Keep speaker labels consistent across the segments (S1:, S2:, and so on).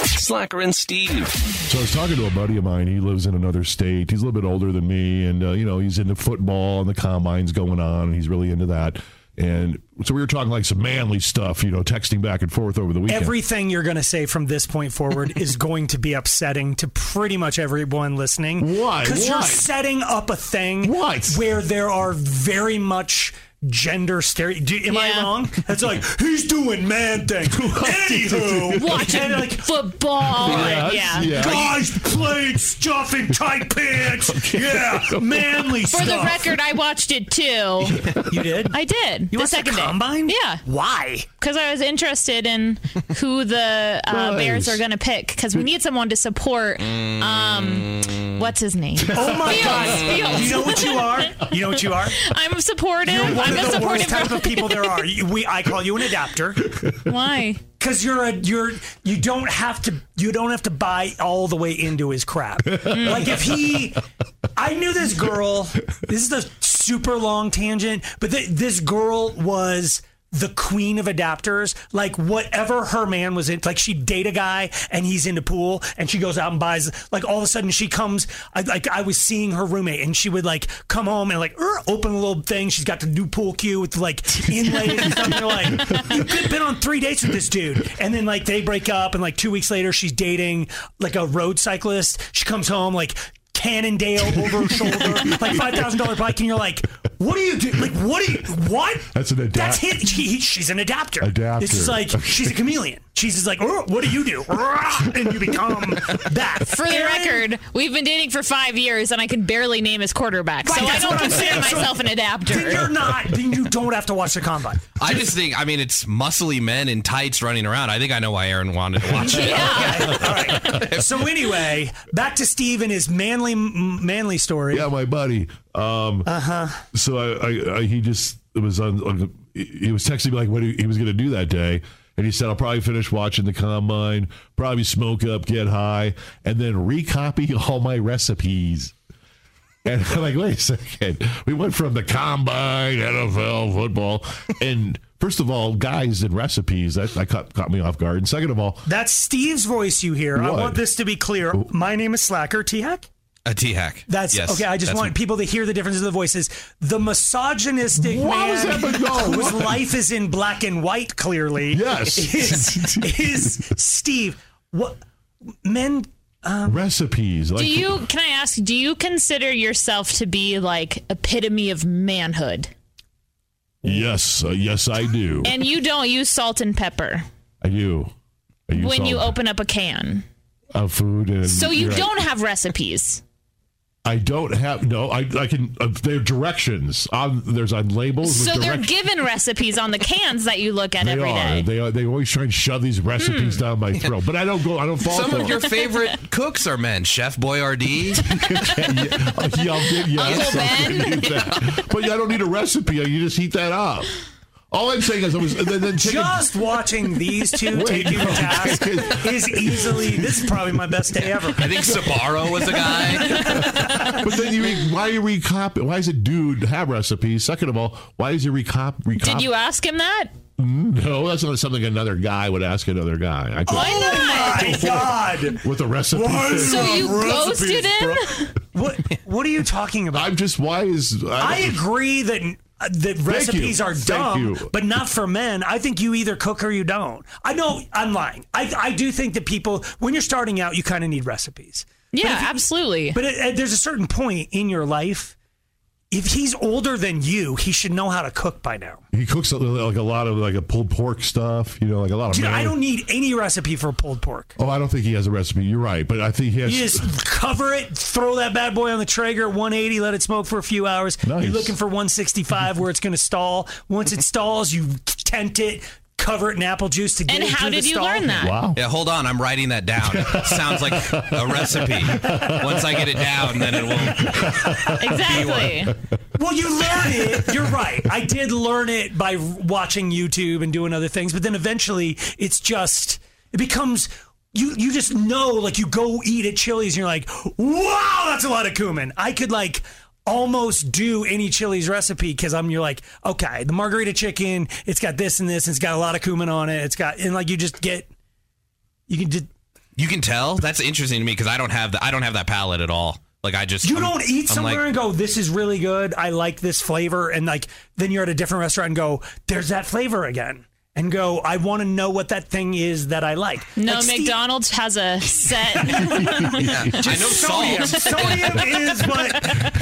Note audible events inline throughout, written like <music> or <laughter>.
S1: Slacker and Steve.
S2: So I was talking to a buddy of mine. He lives in another state. He's a little bit older than me, and uh, you know he's into football and the combines going on, and he's really into that. And so we were talking like some manly stuff, you know, texting back and forth over the weekend.
S3: Everything you're going to say from this point <laughs> forward is going to be upsetting to pretty much everyone listening.
S2: Why?
S3: Because
S2: Why?
S3: you're setting up a thing
S2: What?
S3: where there are very much gender stereotypes. Am I
S4: Yeah.
S3: wrong? It's like, he's doing man things. <laughs> Anywho. <laughs>
S4: Watching
S3: And like, <laughs>
S4: football.
S2: Yes,
S4: yeah.
S2: yes.
S3: guys playing stuff in tight <laughs> pants. Yeah, manly
S4: For the record, I watched
S3: <laughs>
S4: it too.
S3: You did?
S4: I did.
S3: you
S4: the
S3: watched
S4: second
S3: the
S4: day.
S3: combine?
S4: Yeah,
S3: Why?
S4: because I was interested in who the uh, Bears
S2: Nice.
S4: are going to pick because we need someone to support.
S3: Mm.
S4: Um, what's
S3: <laughs>
S4: his name?
S3: Oh my
S4: Fields,
S3: God.
S4: Fields.
S3: You know what you are? You know what you are?
S4: I'm supportive.
S3: You're one
S4: I'm a
S3: of the worst
S4: supportive.
S3: type of people there are. You- We, I call you an adapter
S4: <laughs> Why?
S3: because you're a you're you don't have to you don't have to buy all the way into his crap. like if he, I knew this girl. This is a super long tangent, but th- this girl was the queen of adapters. Like whatever her man was in, like she'd date a guy and he's into pool, and she goes out and buys. Like all of a sudden she comes. I, like I was seeing her roommate, and she would like come home and like er, open a little thing. She's got the new pool cue with like inlays and stuff. And you're like, you've been- been on three dates with this dude, and then like they break up, and like two weeks later she's dating like a road cyclist. She comes home like. Cannondale over her shoulder, like five thousand dollar bike, and you're like, "What do you do? Like, what do you? What?
S2: That's an adapt-
S3: That's him. She, he, she's an adapter.
S2: Adapter.
S3: This is like she's a chameleon. She's just like, "Oh, what do you do? And you become that.
S4: For the record, we've been dating for five years, and I can barely name his quarterback, so
S3: Right,
S4: I
S3: that's
S4: don't
S3: what I'm
S4: consider
S3: saying. So-
S4: myself an
S3: then
S4: adapter.
S3: you're not. Then you don't have to watch the combine.
S5: I just think, I mean, it's muscly men in tights running around. I think I know why Aaron wanted
S4: <laughs>
S5: to watch it.
S4: Yeah.
S3: All right. So anyway, back to Steve and his manly m- manly story.
S2: Yeah, my buddy. Um, uh
S4: Uh-huh.
S2: huh. So I, I, I, he just was on, on. He was texting me like what he, he was going to do that day, and he said, "I'll probably finish watching the combine, probably smoke up, get high, and then recopy <laughs> all my recipes." And I'm like, wait a second. We went from the combine, NFL, football, and first of all, guys and recipes that, that caught, caught me off guard. And second of all,
S3: That's Steve's voice you hear. I
S2: What?
S3: want this to be clear. My name is Slacker T Hack.
S5: A T hack.
S3: That's
S5: Yes,
S3: okay. I just
S5: that's
S3: want people to hear the differences of the voices. The misogynistic
S2: Why
S3: man
S2: was that the goal?
S3: whose
S2: Why?
S3: life is in black and white, clearly.
S2: Yes.
S3: is, is Steve. What men?
S2: recipes. Like,
S4: Do you? Can I ask? Do you consider yourself to be like epitome of manhood?
S2: Yes, uh, yes, I do.
S4: And you don't use salt and pepper
S2: I do. I use
S4: when you
S2: all
S4: open up a can,
S2: of food and
S4: so you
S2: you're right.
S4: don't have recipes.
S2: I don't have no. I I can. Uh, there are directions on. There's on labels. with
S4: So they're
S2: direct-
S4: given recipes on the cans that you look at
S2: They
S4: every
S2: are.
S4: day. Hmm.
S2: They are. They always try and shove these recipes down my throat. But I don't go. I don't fall
S5: Some
S2: for <laughs>
S5: of your favorite cooks are men. Chef Boyardee.
S2: it. Oh, yeah, I'll get- yes,
S4: <laughs> Uncle
S2: I'll
S4: Ben?
S2: get that. But I don't need a recipe. You just heat that up. All I'm saying is, I was and then, then chicken-
S3: Just watching these
S2: <laughs>
S3: two
S2: Wait,
S3: take you to
S2: no. <laughs>
S3: task is easily. This is probably my best day ever.
S5: I think Sabaro was a guy.
S2: But then you re, why are you recop? Why is it dude have recipes? Second of all, why is it recop? recop
S4: Did you ask him that?
S2: No, that's not something another guy would ask another guy. I could,
S4: Why not?
S3: My God,
S2: with a recipe.
S3: Why
S2: thing.
S3: is
S4: So
S3: God,
S4: you
S3: recipes,
S4: ghosted him?
S3: what what are you talking about?
S2: I'm just why is
S3: I agree that that recipes
S2: you.
S3: are
S2: Thank
S3: dumb,
S2: you.
S3: but not for men. I think you either cook or you don't. I know I'm lying. I, I do think that people, when you're starting out, you kind of need recipes.
S4: Yeah, absolutely.
S3: But at, at- there's a certain point in your life, if he's older than you, he should know how to cook by now.
S2: he cooks a, like a lot of like a pulled pork stuff. You know, like a lot of.
S3: Dude,
S2: man-
S3: I don't need any recipe for pulled pork.
S2: Oh, I don't think he has a recipe. You're right, but I think he has.
S3: You just cover it, throw that bad boy on the Traeger, 180, let it smoke for a few hours.
S2: Nice.
S3: You're looking for 165 where it's going to stall. Once it stalls, you tent it, cover it in apple juice to get
S4: and
S3: it
S4: how
S3: through the
S4: did you
S3: stall.
S4: learn that?
S2: wow. <laughs>
S5: Yeah, hold on. I'm writing that down. It sounds like a recipe. Once I get it down, then it will.
S4: Exactly.
S3: Well, you learn it. You're right. I did learn it by watching YouTube and doing other things, but then eventually it's just it becomes you you just know like you go eat at Chili's and you're like, "Wow, that's a lot of cumin." I could like almost do any Chili's recipe cuz I'm you're like, "Okay, the margarita chicken, it's got this and this, and it's got a lot of cumin on it. It's got and like you just get you can just
S5: You can tell. That's interesting to me because I don't have the, I don't have that palate at all. Like I just
S3: You
S5: I'm-
S3: don't eat
S5: I'm
S3: somewhere
S5: like-
S3: and go, this is really good. I like this flavor. And like, then you're at a different restaurant and go, there's that flavor again. And go, I want to know what that thing is that I like.
S4: No,
S3: Like, Steve-
S4: McDonald's has a set.
S5: I know
S3: sodium. <laughs>
S5: salt.
S3: sodium is what.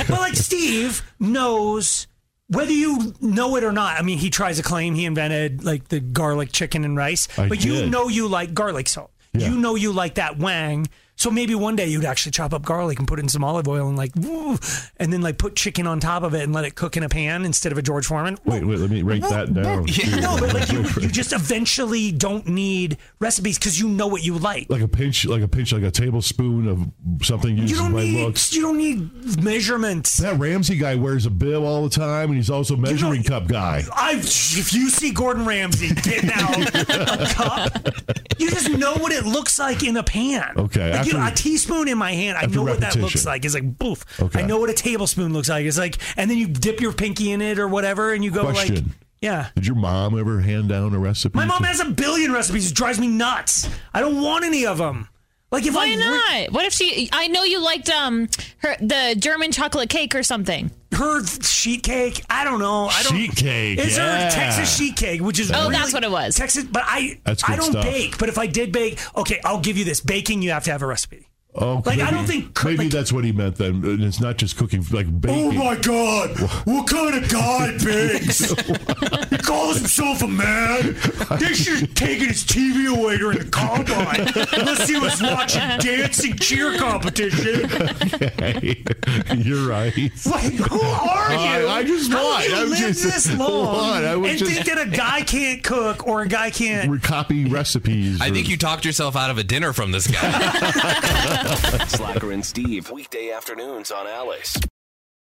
S3: But like Steve knows whether you know it or not. I mean, he tries to claim he invented like the garlic chicken and rice,
S2: I
S3: but you
S2: did.
S3: know you like garlic salt.
S2: Yeah.
S3: You know you like that wang. So maybe one day you'd actually chop up garlic and put it in some olive oil and like, woo, and then like put chicken on top of it and let it cook in a pan instead of a George Foreman.
S2: Wait, wait, let me write that down.
S3: No, but like you,
S2: <laughs>
S3: you just eventually don't need recipes because you know what you like.
S2: Like a pinch, like a pinch, like a tablespoon of something
S3: You
S2: used
S3: don't
S2: by
S3: need
S2: looks.
S3: you don't need measurements.
S2: That Ramsey guy wears a bib all the time, and he's also measuring cup guy.
S3: I, if you see Gordon Ramsay getting
S2: <laughs>
S3: out a cup, you just know what it looks like in a pan.
S2: Okay,
S3: Like, you
S2: after-
S3: know, a teaspoon in my hand, I know what that
S2: repetition.
S3: looks like. It's like boof.
S2: Okay.
S3: I know what a tablespoon looks like. It's like, and then you dip your pinky in it or whatever, and you go like,
S2: Question.
S3: yeah.
S2: Did your mom ever hand down a recipe?
S3: My mom
S2: to-
S3: has a billion recipes. It drives me nuts. I don't want any of them. Like if I
S4: Why
S3: re-
S4: not? What if she? I know you liked um her the German chocolate cake or something.
S3: her sheet cake, I don't know. I don't.
S2: sheet cake.
S3: Is
S2: yeah.
S3: there a Texas sheet cake, which is
S4: Oh,
S3: really-
S4: that's what it was.
S3: Texas, but I
S2: That's
S3: I
S2: good
S3: don't
S2: stuff.
S3: bake. But if I did bake, okay, I'll give you this. Baking, you have to have a recipe.
S2: Oh,
S3: Like, I
S2: maybe-
S3: don't think cr-
S2: Maybe
S3: like- Oh,
S2: that's what he meant then. And it's not just cooking, like baking.
S3: god! What kind of guy bakes? he calls himself a man. They should have taken his TV away during the combine, unless he was watching dancing cheer competition.
S2: <laughs> You're
S3: <laughs>
S2: right.
S3: Like, who are
S2: I-
S3: you?
S2: I just
S3: How
S2: want-
S3: Can you
S2: I was
S3: live
S2: just- <laughs>
S3: this long
S2: What? I was
S3: and
S2: just-
S3: think that a guy can't cook or a guy can't
S2: We're copying recipes.
S5: I
S2: or-
S5: think you talked yourself out of a dinner from this guy.
S1: Slacker and Steve, weekday afternoons on Alice.